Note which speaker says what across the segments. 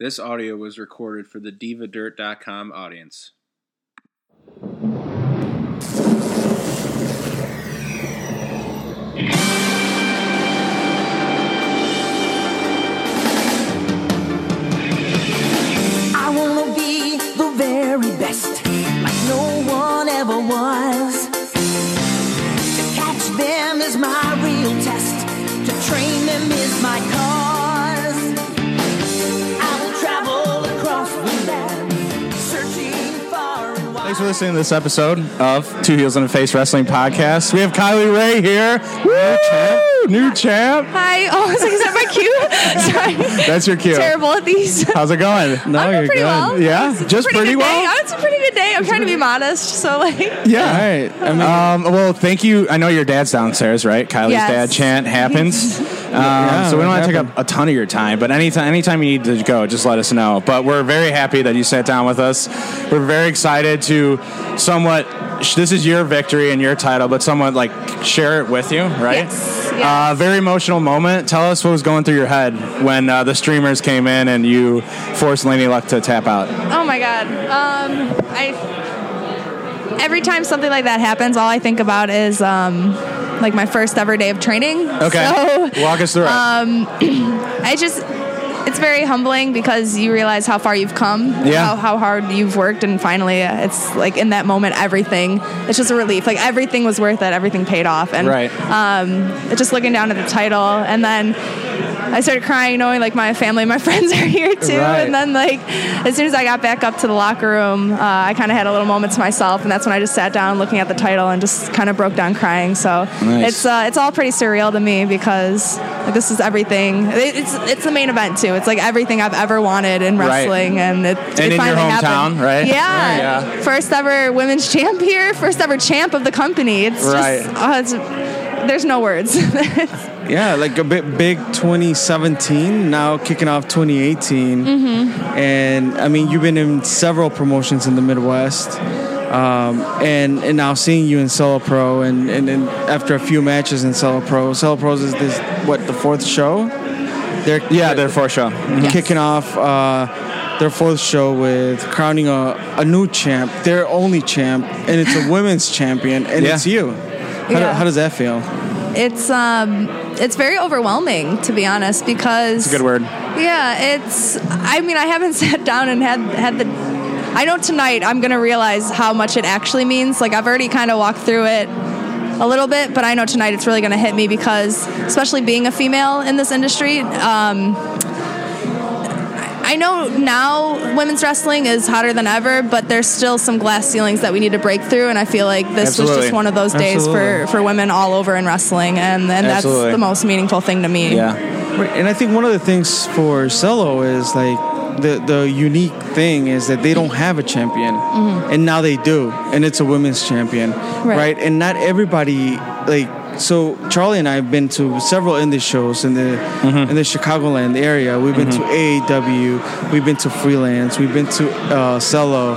Speaker 1: This audio was recorded for the divadirt.com audience.
Speaker 2: I wanna be the very best, like no one ever was. To catch them is my real test, to train them is my cause. I will travel across the land, searching far and wide.
Speaker 3: Thanks for listening to this episode of Two Heels and a Face Wrestling Podcast. We have Kylie Ray here. New champ. New champ.
Speaker 4: Hi. Oh, I was like, is that my cue? Sorry.
Speaker 3: That's your cue.
Speaker 4: Terrible at these.
Speaker 3: How's it going? No,
Speaker 4: I'm doing pretty well.
Speaker 3: Yeah,
Speaker 4: It's a
Speaker 3: just pretty
Speaker 4: good Day.
Speaker 3: well.
Speaker 4: Oh, It's a pretty good day. I'm trying to be modest, so like.
Speaker 3: Yeah. All right. um, well, thank you. I know your dad's downstairs, right? Kylie's
Speaker 4: Yes.
Speaker 3: dad chant happens. Um, so we don't want to take up a ton of your time, but anytime, anytime you need to go, just let us know. But we're very happy that you sat down with us. We're very excited to somewhat. This is your victory and your title, but somewhat like share it with you, right?
Speaker 4: Yes,
Speaker 3: Uh,
Speaker 4: yes.
Speaker 3: very emotional moment. Tell us what was going through your head when uh, the streamers came in and you forced Laney Luck to tap out.
Speaker 4: Oh my god. Um, I. Every time something like that happens, all I think about is um, like my first ever day of training.
Speaker 3: Okay,
Speaker 4: So um,
Speaker 3: walk us through it.
Speaker 4: I just. It's very humbling because you realize how far you've come,
Speaker 3: Yeah.
Speaker 4: how, how hard you've worked, and finally, uh, it's like in that moment, everything. It's just a relief. Like everything was worth it. Everything paid off, and
Speaker 3: right.
Speaker 4: just looking down at the title and then I started crying knowing like my family and my friends are here too
Speaker 3: Right.
Speaker 4: and then like as soon as I got back up to the locker room uh, I kind of had a little moment to myself and that's when I just sat down looking at the title and just kind of broke down crying so
Speaker 3: Nice.
Speaker 4: it's uh, it's all pretty surreal to me because like, this is everything It- it's it's the main event too it's like everything I've ever wanted in
Speaker 3: Right.
Speaker 4: wrestling and it, it
Speaker 3: in your
Speaker 4: finally happened.
Speaker 3: hometown, right?
Speaker 4: yeah.
Speaker 3: Yeah.
Speaker 4: first ever women's champ here first ever champ of the company it's
Speaker 3: Right.
Speaker 4: just oh, it's, there's no words
Speaker 5: Yeah, like a bit big 2017, now kicking off 2018. And I mean, you've been in several promotions in the Midwest. Um, and, and now seeing you in Solo Pro, and, and, and after a few matches in Solo Pro, Solo Pros is this, what, the fourth show? They're,
Speaker 3: yeah, they're for sure.
Speaker 5: kicking off uh, their fourth show with crowning a, a new champ, their only champ, and it's a women's champion, and
Speaker 3: Yeah.
Speaker 5: it's you. How, do,
Speaker 4: Yeah.
Speaker 5: how does that feel?
Speaker 4: it's um it's very overwhelming to be honest because
Speaker 3: Good word.
Speaker 4: yeah it's i mean i haven't sat down and had had the i know tonight i'm gonna realize how much it actually means like i've already kind of walked through it a little bit but i know tonight it's really gonna hit me because especially being a female in this industry um I know now women's wrestling is hotter than ever, but there's still some glass ceilings that we need to break through, and I feel like this was
Speaker 3: Absolutely.
Speaker 4: just one of those days
Speaker 5: Absolutely.
Speaker 4: for, for women all over in wrestling, and, and that's
Speaker 3: Absolutely.
Speaker 4: the most meaningful thing to me.
Speaker 3: Yeah.
Speaker 5: Right, and I think one of the things for Cello is like the the unique thing is that they don't have a champion, and now they do, and it's a women's champion, right.
Speaker 4: Right.
Speaker 5: And not everybody like so. Charlie and I have been to several indie shows in the in the Chicagoland area. We've been to AEW, we've been to Freelance, we've been to uh, Cello,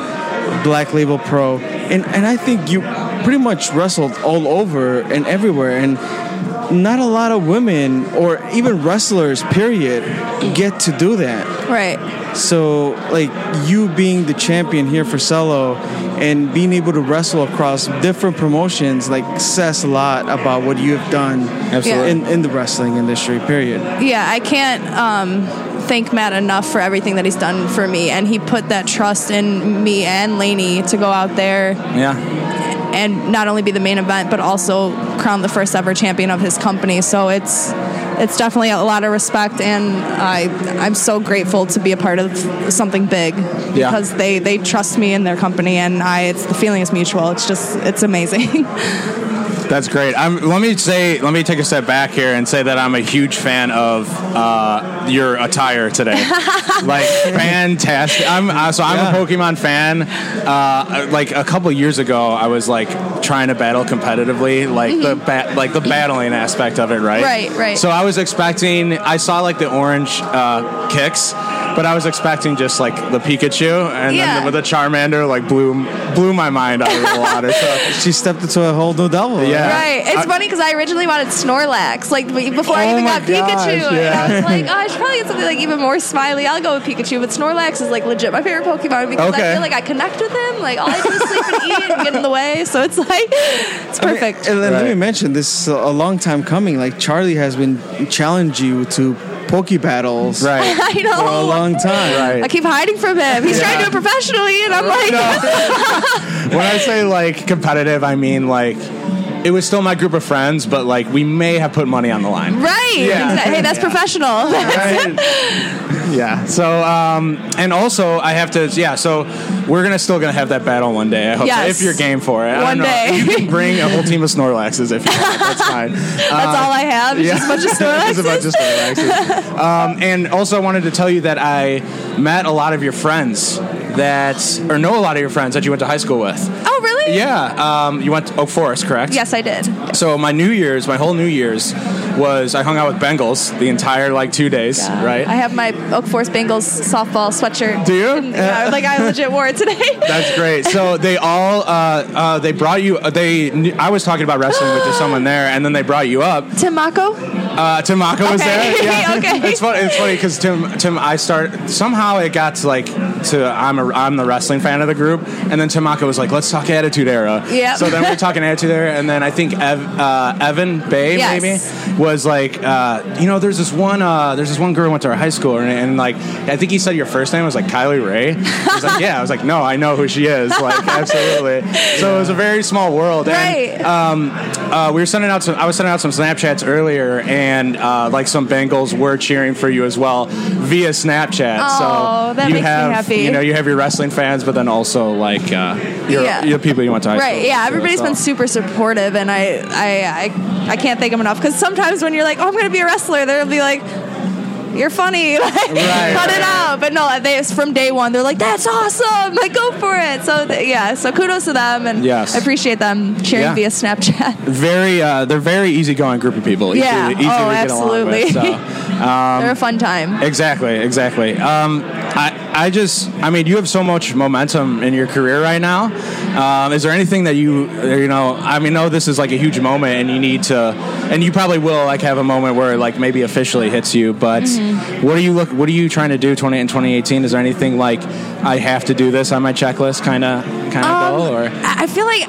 Speaker 5: Black Label Pro, and and I think you pretty much wrestled all over and everywhere and not a lot of women or even wrestlers period get to do that
Speaker 4: Right.
Speaker 5: so like you being the champion here for solo and being able to wrestle across different promotions like says a lot about what you have done
Speaker 3: Absolutely.
Speaker 5: in, in the wrestling industry period
Speaker 4: Yeah, I can't um, thank Matt enough for everything that he's done for me, and he put that trust in me and Lainey to go out there
Speaker 3: Yeah.
Speaker 4: and not only be the main event, but also crown the first ever champion of his company. So it's it's definitely a lot of respect, and I I'm so grateful to be a part of something big
Speaker 3: Yeah.
Speaker 4: because they they trust me in their company, and I it's the feeling is mutual. It's just it's amazing.
Speaker 3: That's great. I'm, let me say, let me take a step back here and say that I'm a huge fan of uh, your attire today. like fantastic. I'm uh, so I'm a Pokemon fan. Uh, like a couple years ago, I was like trying to battle competitively, like the ba- like the battling aspect of it, right?
Speaker 4: Right, right.
Speaker 3: So I was expecting. I saw like the orange uh, kicks. But I was expecting just like the Pikachu, and
Speaker 4: Yeah.
Speaker 3: then the, the Charmander like blew blew my mind out of the water. So
Speaker 5: She stepped into a whole new devil.
Speaker 3: Yeah.
Speaker 4: Right. It's
Speaker 3: Uh, I-
Speaker 4: funny because I originally wanted Snorlax, like b- before I
Speaker 3: Oh
Speaker 4: even
Speaker 3: my
Speaker 4: got Pikachu.
Speaker 3: gosh,
Speaker 4: And I
Speaker 3: yeah.
Speaker 4: was like, oh, I should probably get something like even more smiley. I'll go with Pikachu, but Snorlax is like legit my favorite Pokemon because I
Speaker 3: Okay.
Speaker 4: feel like I connect with him. Like all I do is sleep and eat and get in the way, so it's like it's
Speaker 5: I mean,
Speaker 4: perfect.
Speaker 5: and then let me
Speaker 3: Right.
Speaker 5: mention this is a long time coming. Like Charlie has been challenging you to poke battles
Speaker 3: right.
Speaker 4: I
Speaker 5: for a
Speaker 4: know.
Speaker 5: long time.
Speaker 3: Right.
Speaker 4: I keep hiding from him. He's trying to do it professionally, and I'm like,
Speaker 3: when I say like competitive, I mean like it was still my group of friends, but like we may have put money on the line.
Speaker 4: right?
Speaker 3: Yeah.
Speaker 4: Exactly. Hey, that's professional.
Speaker 3: yeah. So, um, and also I have to, yeah. So we're gonna still gonna have that battle one day. I hope
Speaker 4: Yes.
Speaker 3: if you're game for it. I
Speaker 4: One
Speaker 3: don't know.
Speaker 4: day.
Speaker 3: you can bring a whole team of Snorlaxes if you want. That's fine. Uh,
Speaker 4: that's all I have. It's
Speaker 3: yeah.
Speaker 4: Just a bunch of
Speaker 3: It's a bunch
Speaker 4: Snorlaxes.
Speaker 3: of Snorlaxes. um, and also, I wanted to tell you that I met a lot of your friends that, or know a lot of your friends that you went to high school with.
Speaker 4: Oh, really?
Speaker 3: Yeah, um, you went to Oak Forest, correct?
Speaker 4: Yes, I did.
Speaker 3: So my New Year's, my whole New Year's, was I hung out with Bengals the entire like two days,
Speaker 4: Yeah.
Speaker 3: right?
Speaker 4: Uh, I have my Oak Forest Bengals softball sweatshirt.
Speaker 3: Do you?
Speaker 4: And, yeah, like I legit wore it today.
Speaker 3: That's great. So they all uh, uh, they brought you. uh, They knew- I was talking about wrestling with just someone there, and then they brought you up.
Speaker 4: Tim Mako?
Speaker 3: Uh, Tim Mako was
Speaker 4: Okay.
Speaker 3: there.
Speaker 4: Okay.
Speaker 3: It's funny. It's funny because Tim Tim I start somehow it got to like to I'm a I'm the wrestling fan of the group, and then Tim Mako was like, let's talk Attitude Era.
Speaker 4: Yep.
Speaker 3: So then we're talking Attitude Era, and then I think Ev, uh, Evan Bay
Speaker 4: Yes.
Speaker 3: maybe was like, uh, you know, there's this one uh, there's this one girl who went to our high school, and, and like I think he said your first name was like Kylie Ray. I was like, yeah. I was like, no, I know who she is. Like absolutely. So it was a very small world. And,
Speaker 4: Right.
Speaker 3: uh, we were sending out some. I was sending out some Snapchats earlier, and uh, like some Bengals were cheering for you as well via Snapchat.
Speaker 4: Oh,
Speaker 3: so
Speaker 4: that
Speaker 3: you
Speaker 4: makes me
Speaker 3: have,
Speaker 4: happy.
Speaker 3: You know, you have your wrestling fans, but then also like uh, your,
Speaker 4: Yeah.
Speaker 3: your people you went to high
Speaker 4: right.
Speaker 3: school.
Speaker 4: Yeah.
Speaker 3: with,
Speaker 4: Everybody's
Speaker 3: so.
Speaker 4: been super supportive, and I, I, I, I can't thank them enough. Because sometimes when you're like, oh, I'm gonna be a wrestler, they'll be like. You're funny, like, cut it out. But no, they it's from day one. They're like, "That's awesome! Like, go for it!" So th- yeah, so kudos to them, and
Speaker 3: Yes.
Speaker 4: I appreciate them cheering
Speaker 3: Yeah.
Speaker 4: via Snapchat.
Speaker 3: very. Uh, they're very easygoing group of people. Easy,
Speaker 4: Yeah.
Speaker 3: Easy
Speaker 4: Oh,
Speaker 3: to
Speaker 4: absolutely.
Speaker 3: Get along with, so. Um,
Speaker 4: They're a fun time.
Speaker 3: Exactly, exactly. Um, I, I just, I mean, you have so much momentum in your career right now. Um, is there anything that you, uh, you know, I mean, know this is like a huge moment, and you need to, and you probably will like have a moment where like maybe officially hits you. But what are you look? What are you trying to do? Twenty in twenty eighteen? Is there anything like I have to do this on my checklist? Kind of, kind of
Speaker 4: Um,
Speaker 3: goal, or
Speaker 4: I I feel like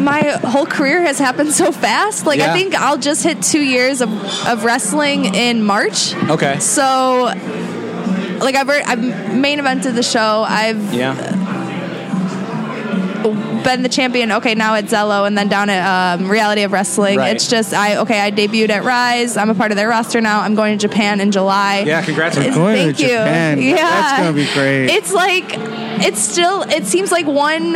Speaker 4: my whole career has happened so fast. Like I
Speaker 3: Yeah.
Speaker 4: think I'll just hit two years of, of wrestling in March.
Speaker 3: okay,
Speaker 4: So, like I've already, I've main evented the show. I've
Speaker 3: yeah,
Speaker 4: been the champion. Okay, now at Zello and then down at um, Reality of Wrestling.
Speaker 3: Right.
Speaker 4: It's just I okay. I debuted at Rise. I'm a part of their roster now. I'm going to Japan in July.
Speaker 3: yeah. Congrats. on that.
Speaker 5: Going to
Speaker 4: Thank you.
Speaker 5: Japan.
Speaker 4: Yeah,
Speaker 5: That's gonna be great.
Speaker 4: It's like it's still. It seems like one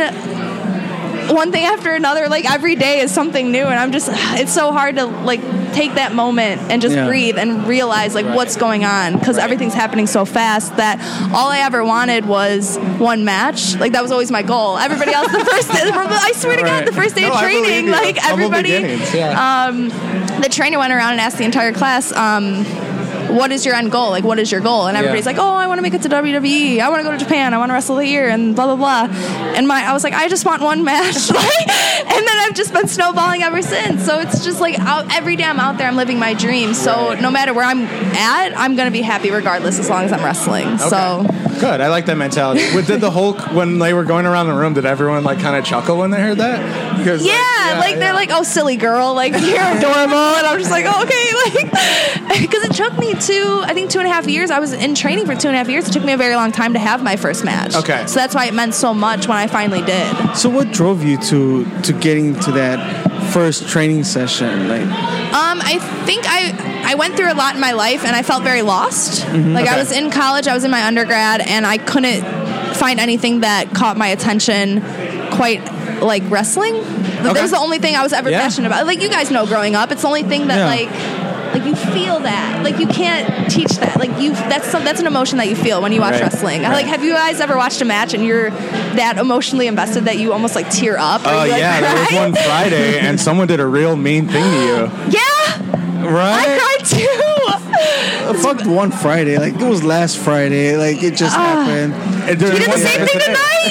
Speaker 4: one thing after another. Like every day is something new, and I'm just. It's so hard to like take that moment and just
Speaker 5: Yeah.
Speaker 4: breathe and realize like what's going on because everything's happening so fast that all I ever wanted was one match. Like that was always my goal. Everybody else, the first. I swear to God,
Speaker 3: Right.
Speaker 4: the first day
Speaker 3: No,
Speaker 4: of
Speaker 3: I believe
Speaker 4: training,
Speaker 3: you.
Speaker 4: like
Speaker 3: Humble
Speaker 4: everybody um,
Speaker 3: beginnings, yeah.
Speaker 4: the trainer went around and asked the entire class, um, what is your end goal? Like, what is your goal? And everybody's like, oh, I want to make it to WWE. I want to go to Japan. I want to wrestle here and blah, blah, blah. And my, I was like, I just want one match. like, and then I've just been snowballing ever since. So it's just like out, every day I'm out there, I'm living my dream. So
Speaker 3: Right.
Speaker 4: no matter where I'm at, I'm going to be happy regardless as long as I'm wrestling. So
Speaker 3: Okay. good. I like that mentality. What did the Hulk when they were going around the room? Did everyone like kind of chuckle when they heard that? Because
Speaker 4: Yeah, like they're like, oh, silly girl, like you're adorable, and I'm just like, oh, okay, like, because it took me two, I think two and a half years. I was in training for two and a half years. It took me a very long time to have my first match.
Speaker 3: Okay.
Speaker 4: so that's why it meant so much when I finally did.
Speaker 5: So what drove you to to getting to that first training session? Like
Speaker 4: Um, I think I I went through a lot in my life, and I felt very lost. Like I
Speaker 3: Mm-hmm. Okay.
Speaker 4: was in college, I was in my undergrad, and I couldn't find anything that caught my attention quite like wrestling. Like, That
Speaker 3: Okay.
Speaker 4: was the only thing I was ever
Speaker 3: Yeah.
Speaker 4: passionate about. Like you guys know, growing up, it's the only thing that
Speaker 5: Yeah.
Speaker 4: like like you feel that. Like you can't teach that. Like you that's some, that's an emotion that you feel when you watch
Speaker 3: Right.
Speaker 4: wrestling.
Speaker 3: Right.
Speaker 4: Like have you guys ever watched a match and you're that emotionally invested that you almost like tear up? or
Speaker 3: Oh
Speaker 4: you, like,
Speaker 3: yeah, there was
Speaker 4: cry?
Speaker 3: one Friday, and someone did a real mean thing to you.
Speaker 4: Yeah.
Speaker 3: Right?
Speaker 4: I cried too.
Speaker 5: fuck one Friday. Like it was last Friday. Like it just
Speaker 4: Ah,
Speaker 5: happened.
Speaker 6: He
Speaker 4: He did the same thing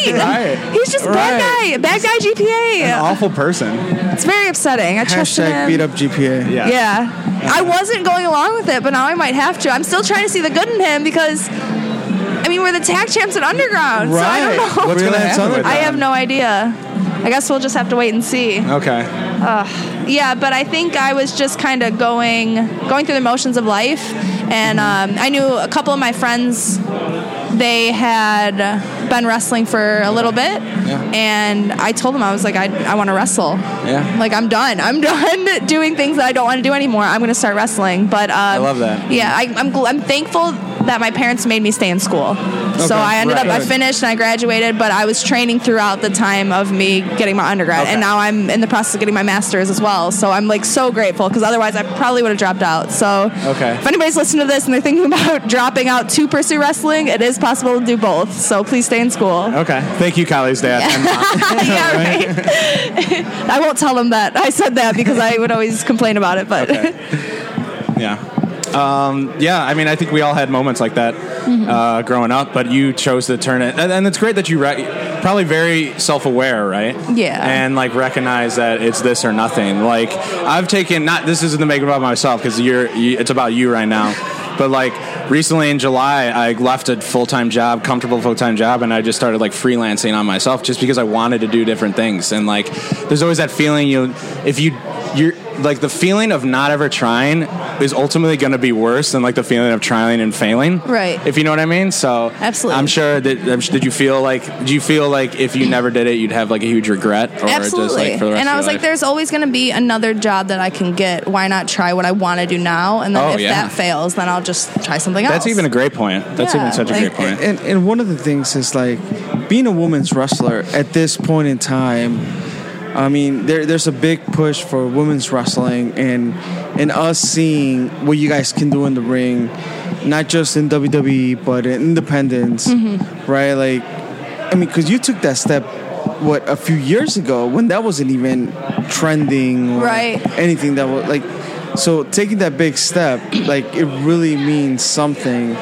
Speaker 4: tonight.
Speaker 6: Right.
Speaker 4: He's just bad guy.
Speaker 5: Right.
Speaker 4: Bad guy
Speaker 6: An
Speaker 4: GPA.
Speaker 6: awful person.
Speaker 4: It's very upsetting. I trust
Speaker 5: Hashtag
Speaker 4: him.
Speaker 5: beat up GPA.
Speaker 6: Yeah.
Speaker 4: Yeah. I wasn't going along with it, but now I might have to. I'm still trying to see the good in him because, I mean, we're the tag champs at Underground, so I don't
Speaker 5: Right.
Speaker 4: know.
Speaker 6: What's
Speaker 5: Really?
Speaker 6: gonna happen with
Speaker 4: I
Speaker 6: that?
Speaker 4: have no idea. I guess we'll just have to wait and see.
Speaker 6: Okay.
Speaker 4: Yeah, but I think I was just kind of going going through the motions of life, and um, I knew a couple of my friends. They had been wrestling for a little bit, and I told them I was like, I, I want to wrestle.
Speaker 6: Yeah.
Speaker 4: Like I'm done. I'm done doing things that I don't want to do anymore. I'm going to start wrestling. But um, I
Speaker 6: love that.
Speaker 4: Yeah, I, I'm gl- I'm thankful that my parents made me stay in school. so
Speaker 5: Okay,
Speaker 4: I ended
Speaker 6: right.
Speaker 4: up I
Speaker 6: Good.
Speaker 4: finished and I graduated, but I was training throughout the time of me getting my undergrad,
Speaker 6: Okay.
Speaker 4: and now I'm in the process of getting my master's as well. So I'm like so grateful because otherwise I probably would have dropped out. So
Speaker 6: Okay.
Speaker 4: if anybody's listening to this and they're thinking about dropping out to pursue wrestling, it is possible to do both. So please stay in school.
Speaker 6: Okay.
Speaker 3: Thank you, Kylie's dad. And mom.
Speaker 4: yeah, right. I won't tell them that I said that because I would always complain about it. But
Speaker 3: yeah. Um, yeah, I mean, I think we all had moments like that
Speaker 4: Mm-hmm.
Speaker 3: uh, growing up, but you chose to turn it. And, and it's great that you re- probably very self aware, right?
Speaker 4: Yeah.
Speaker 3: And like recognize that it's this or nothing. Like, I've taken, not this isn't the making about myself because you're, you, it's about you right now. But like recently in July, I left a full time job, comfortable full time job, and I just started like freelancing on myself just because I wanted to do different things. And like, there's always that feeling you, if you, you're like the feeling of not ever trying is ultimately going to be worse than like the feeling of trying and failing.
Speaker 4: Right.
Speaker 3: If you know what I mean. So
Speaker 4: Absolutely.
Speaker 3: I'm sure that I'm sure- did you feel like do you feel like if you never did it you'd have like a huge regret or just
Speaker 4: absolutely.
Speaker 3: like for the rest
Speaker 4: and
Speaker 3: of
Speaker 4: I
Speaker 3: your
Speaker 4: was like,
Speaker 3: life?
Speaker 4: there's always going to be another job that I can get. Why not try what I want to do now? And then
Speaker 3: Oh,
Speaker 4: if
Speaker 3: yeah.
Speaker 4: that fails, then I'll just try something else.
Speaker 3: That's even a great point. That's
Speaker 4: Yeah,
Speaker 3: even such a
Speaker 4: like-
Speaker 3: great point.
Speaker 5: And and one of the things is like being a woman's wrestler at this point in time. I mean, there there's a big push for women's wrestling and and us seeing what you guys can do in the ring, not just in WWE but in independence, right? Like, I mean, because you took that step. What a few years ago when that wasn't even trending or
Speaker 4: Right.
Speaker 5: anything that was like so taking that big step like it really means something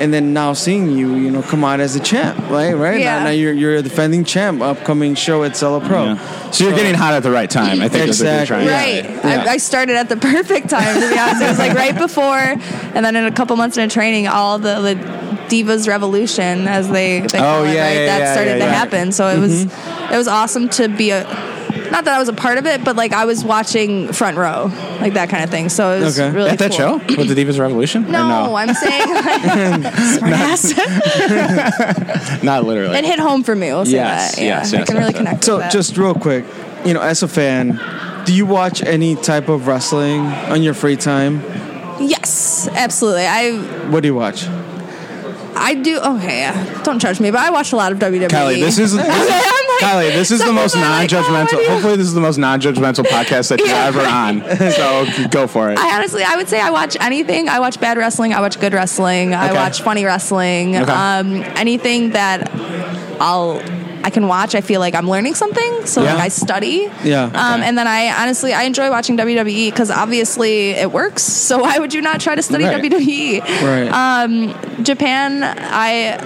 Speaker 5: and then now seeing you you know come out as a champ right right
Speaker 4: Yeah.
Speaker 5: now, now you're you're a defending champ upcoming show at Cella Pro
Speaker 3: Yeah. So you're getting hot at the right time. I think that's what
Speaker 5: Exactly.
Speaker 3: you're trying.
Speaker 4: Right.
Speaker 3: to say.
Speaker 4: I, I started at the perfect time, to be honest. It was like right before, and then in a couple months into training, all the, the Divas Revolution, as they, they call it,
Speaker 3: Oh, yeah,
Speaker 4: right,
Speaker 3: yeah,
Speaker 4: that
Speaker 3: yeah,
Speaker 4: started
Speaker 3: yeah, Mm-hmm.
Speaker 4: to
Speaker 3: yeah.
Speaker 4: happen. So it was it was awesome to be a. Not that I was a part of it, but like I was watching front row, like that kind of thing. So it was
Speaker 5: Okay.
Speaker 4: really
Speaker 3: At that show
Speaker 4: cool.
Speaker 3: with the Divas Revolution? Or
Speaker 4: No,
Speaker 3: no,
Speaker 4: I'm saying like, smartass.
Speaker 3: not literally.
Speaker 4: it hit home for me. We'll say
Speaker 3: Yes,
Speaker 4: that. Yeah,
Speaker 3: yes,
Speaker 4: I
Speaker 3: yes,
Speaker 4: can
Speaker 3: yes,
Speaker 4: really
Speaker 3: yes.
Speaker 4: connect.
Speaker 5: so
Speaker 4: with that.
Speaker 5: just real quick you know as a fan do you watch any type of wrestling on your free time
Speaker 4: yes, absolutely. I
Speaker 5: what do you watch
Speaker 4: I do. Okay, yeah. don't judge me, but I watch a lot of E. WWE.
Speaker 3: Kylie, this is this is-
Speaker 4: I'm like-
Speaker 3: Kylie, this is the
Speaker 4: some
Speaker 3: most
Speaker 4: people are like, "Oh,
Speaker 3: non-judgmental.
Speaker 4: what do you-"
Speaker 3: hopefully, this is the most non-judgmental podcast that you're
Speaker 4: Yeah.
Speaker 3: ever on. So go for it.
Speaker 4: I honestly, I would say I watch anything. I watch bad wrestling. I watch good wrestling. I
Speaker 3: Okay.
Speaker 4: watch funny wrestling.
Speaker 3: Okay.
Speaker 4: Um, anything that I'll I can watch. I feel like I'm learning something, so
Speaker 3: Yeah.
Speaker 4: like I study.
Speaker 5: Yeah.
Speaker 4: Um, and then I honestly I enjoy watching WWE because obviously it works. So why would you not try to study
Speaker 3: Right.
Speaker 4: WWE?
Speaker 5: right
Speaker 4: Japan, I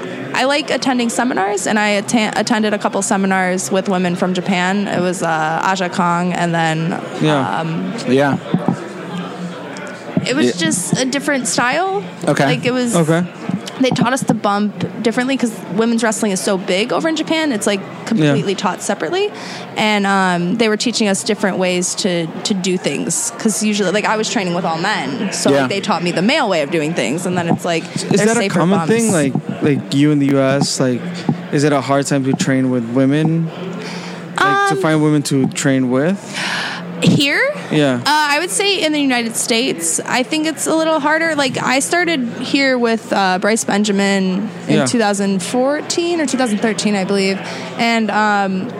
Speaker 4: I like attending seminars, and I atta- attended a couple seminars with women from Japan. It was uh, Aja Kong, and then
Speaker 5: yeah
Speaker 3: yeah.
Speaker 4: it was just a different style.
Speaker 3: Okay.
Speaker 4: like it was.
Speaker 5: okay
Speaker 4: They taught us to bump differently because women's wrestling is so big over in Japan. It's like completely taught separately, and um, they were teaching us different ways to to do things. Because usually, like I was training with all men, so
Speaker 3: Yeah.
Speaker 4: like, they taught me the male way of doing things, and then it's like
Speaker 5: is
Speaker 4: there's
Speaker 5: that a
Speaker 4: safer
Speaker 5: common
Speaker 4: bumps.
Speaker 5: thing like like you in the us like is it a hard time to train with women like
Speaker 4: Um,
Speaker 5: to find women to train with
Speaker 4: here?
Speaker 5: yeah
Speaker 4: Uh, I would say in the United States, I think it's a little harder. Like I started here with uh, Bryce Benjamin in
Speaker 5: Yeah.
Speaker 4: 2014 or 2013, I believe, and um,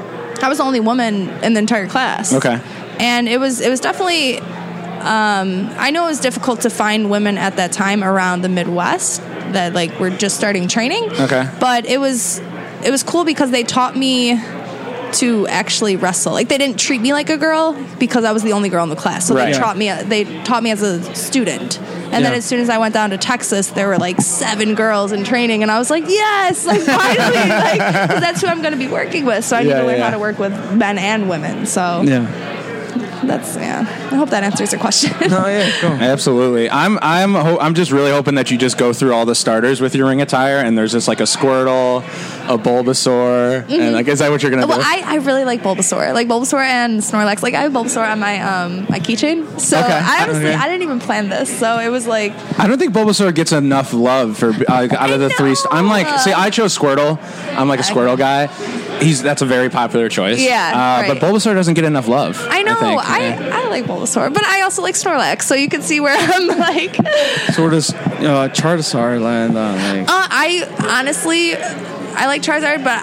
Speaker 4: I was the only woman in the entire class.
Speaker 3: Okay.
Speaker 4: and it was it was definitely. Um, I know it was difficult to find women at that time around the Midwest that like were just starting training.
Speaker 3: Okay.
Speaker 4: but it was it was cool because they taught me to actually wrestle. Like they didn't treat me like a girl because I was the only girl in the class. So
Speaker 3: Right.
Speaker 4: they taught me they taught me as a student. And then
Speaker 5: Yeah.
Speaker 4: as soon as I went down to Texas, there were like seven girls in training, and I was like, yes, like finally, like 'cause that's who I'm going to be working with. So I need
Speaker 3: Yeah,
Speaker 4: to learn
Speaker 3: yeah,
Speaker 4: how
Speaker 3: yeah.
Speaker 4: to work with men and women. So
Speaker 5: Yeah.
Speaker 4: that's yeah. I hope that answers your question.
Speaker 5: Oh yeah. Cool.
Speaker 3: Absolutely. I'm I'm ho- I'm just really hoping that you just go through all the starters with your ring attire, and there's just like a Squirtle, a Bulbasaur, and like is that what you're gonna
Speaker 4: Mm-hmm. Well,
Speaker 3: do?
Speaker 4: I, I really like Bulbasaur, like Bulbasaur and Snorlax. Like I have Bulbasaur on my um my keychain. So
Speaker 3: Okay.
Speaker 4: I honestly
Speaker 5: Okay.
Speaker 4: I didn't even plan this. So it was like
Speaker 3: I don't think Bulbasaur gets enough love for uh, out of the
Speaker 4: I
Speaker 3: three. St- I'm like,
Speaker 4: know.
Speaker 3: see, I chose Squirtle. I'm like a Squirtle guy. He's that's a very popular choice.
Speaker 4: Yeah,
Speaker 3: uh,
Speaker 4: right.
Speaker 3: but Bulbasaur doesn't get enough love.
Speaker 4: I know
Speaker 3: think,
Speaker 4: I,
Speaker 3: yeah.
Speaker 4: I, like Bulbasaur, but I also like Snorlax. So you can see where I'm like. Uh,
Speaker 5: So where does uh, Charizard land on? Like,
Speaker 4: I honestly I like Charizard, but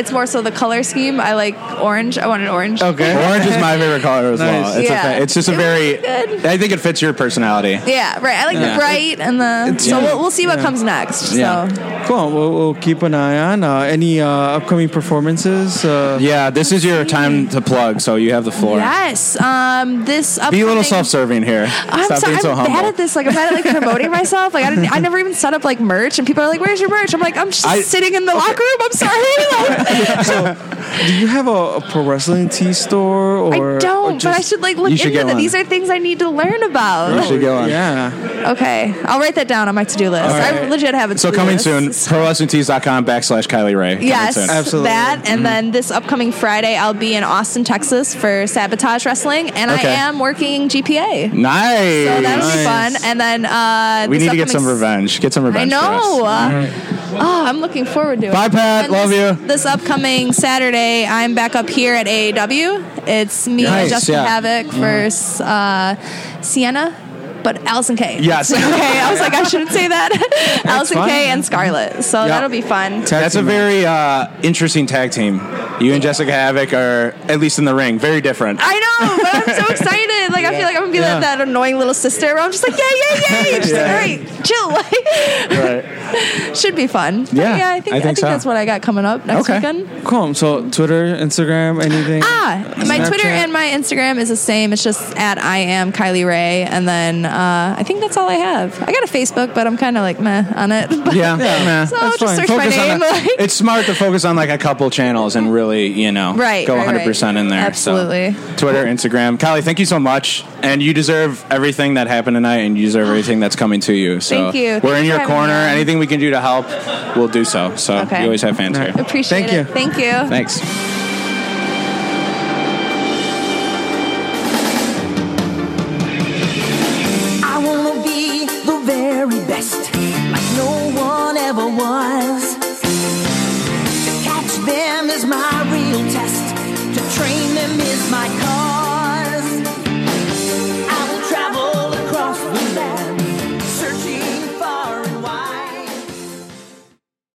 Speaker 4: it's more so the color scheme. I like orange. I wanted orange.
Speaker 3: Oh,
Speaker 5: okay.
Speaker 3: Orange is my favorite color as well.
Speaker 5: Nice.
Speaker 3: It's, a
Speaker 4: Yeah.
Speaker 3: fa- it's just a
Speaker 4: It
Speaker 3: very.
Speaker 4: was good.
Speaker 3: I think it fits your personality.
Speaker 4: Yeah, right. I like
Speaker 3: Yeah.
Speaker 4: the bright and the. so
Speaker 5: yeah.
Speaker 4: we'll, we'll see what
Speaker 5: Yeah.
Speaker 4: comes next.
Speaker 3: Yeah.
Speaker 4: So
Speaker 5: Cool. We'll, we'll keep an eye on uh, any uh, upcoming performances. Uh,
Speaker 3: Yeah, this is your time to plug, so you have the floor.
Speaker 4: yes, um, this
Speaker 3: Be a little
Speaker 4: upcoming-
Speaker 3: self-serving here.
Speaker 4: I'm
Speaker 3: Stop
Speaker 4: so,
Speaker 3: being so
Speaker 4: I'm
Speaker 3: humble.
Speaker 4: bad at this. Like I'm bad at like promoting myself. Like I didn't, I never even set up like merch, and people are like, "Where's your merch?" I'm like, "I'm just
Speaker 3: I-
Speaker 4: sitting in the locker room." I'm sorry. Like,
Speaker 5: Do you have a, a pro wrestling tea store? Or
Speaker 4: I
Speaker 5: or
Speaker 4: don't, but I
Speaker 5: just-
Speaker 4: should like look
Speaker 3: You should
Speaker 4: into
Speaker 3: get
Speaker 4: that.
Speaker 3: one.
Speaker 4: These are things I need to learn
Speaker 3: You
Speaker 4: about.
Speaker 3: should get one.
Speaker 5: Yeah.
Speaker 4: Okay, I'll write that down on my to-do list. I
Speaker 5: right.
Speaker 4: legit have it.
Speaker 3: So coming soon, prowrestlingtees.com backslash Kylie Ray. Coming
Speaker 4: Yes,
Speaker 3: soon. Mm-hmm.
Speaker 5: Absolutely.
Speaker 4: that, and then this upcoming Friday, I'll be in Austin, Texas, for Sabotage Wrestling, and
Speaker 3: Okay.
Speaker 4: I am working GPA.
Speaker 3: Nice.
Speaker 4: So that'll be
Speaker 5: Nice.
Speaker 4: fun. And then uh,
Speaker 3: we
Speaker 4: this
Speaker 3: need to get
Speaker 4: upcoming
Speaker 3: some
Speaker 4: s-
Speaker 3: revenge. Get some
Speaker 4: I
Speaker 3: revenge.
Speaker 4: know.
Speaker 3: For us.
Speaker 4: Oh, I'm looking forward to it.
Speaker 3: Mm-hmm. Bye, Pat.
Speaker 4: And
Speaker 3: Love
Speaker 4: this,
Speaker 3: you.
Speaker 4: This upcoming Saturday, I'm back up here at AAW. It's me
Speaker 3: Nice,
Speaker 4: and Justin
Speaker 3: yeah. Mm-hmm.
Speaker 4: Havoc versus uh, Sienna, but Allison K.
Speaker 3: Yes.
Speaker 4: okay, I was like, I shouldn't say that. Allison
Speaker 5: fine.
Speaker 4: K and Scarlett. So that'll be fun.
Speaker 5: Tag
Speaker 3: That's a
Speaker 5: team.
Speaker 3: very uh, interesting tag team. You and Jessica Havoc are at least in the ring, very different.
Speaker 4: I know, but I'm so excited. Like I feel like I'm gonna be
Speaker 5: Yeah.
Speaker 4: like that annoying little sister where I'm just like, yeah, yeah, yeah. And she's
Speaker 3: Yeah.
Speaker 4: like, all right, chill. Like,
Speaker 3: Right.
Speaker 4: should be fun. But
Speaker 3: Yeah,
Speaker 4: yeah. I think
Speaker 3: I
Speaker 4: I
Speaker 3: think
Speaker 4: think,
Speaker 3: so.
Speaker 4: that's what I got coming up next
Speaker 3: Okay.
Speaker 4: weekend.
Speaker 5: Cool. So Twitter, Instagram, anything?
Speaker 4: Ah, my
Speaker 5: Snapchat?
Speaker 4: Twitter and my Instagram is the same. It's just at I am Kylie Ray, and then uh, I think that's all I have. I got a Facebook, but I'm kind of like meh on it. But
Speaker 3: Yeah. nah,
Speaker 4: So
Speaker 3: that's
Speaker 4: just
Speaker 3: fine.
Speaker 4: search my
Speaker 3: on
Speaker 4: name,
Speaker 3: a-
Speaker 4: like-
Speaker 3: it's smart to focus on like a couple channels and really, you know,
Speaker 4: Right,
Speaker 3: go
Speaker 4: right,
Speaker 3: 100% in there.
Speaker 4: right.
Speaker 3: So,
Speaker 4: Absolutely.
Speaker 3: Twitter, Instagram. Kylie, thank you so much. And you deserve everything that happened tonight and you deserve everything that's coming to you. So
Speaker 4: Thank you.
Speaker 3: We're in
Speaker 4: Thanks for
Speaker 3: your
Speaker 4: having me
Speaker 3: corner.
Speaker 4: on.
Speaker 3: Anything we can do to help, we'll do so. So
Speaker 4: Okay.
Speaker 3: you always have fans here.
Speaker 4: appreciate
Speaker 5: Thank
Speaker 4: it. Thank you.
Speaker 3: Thanks.
Speaker 2: I wanna be the very best, like no one ever was.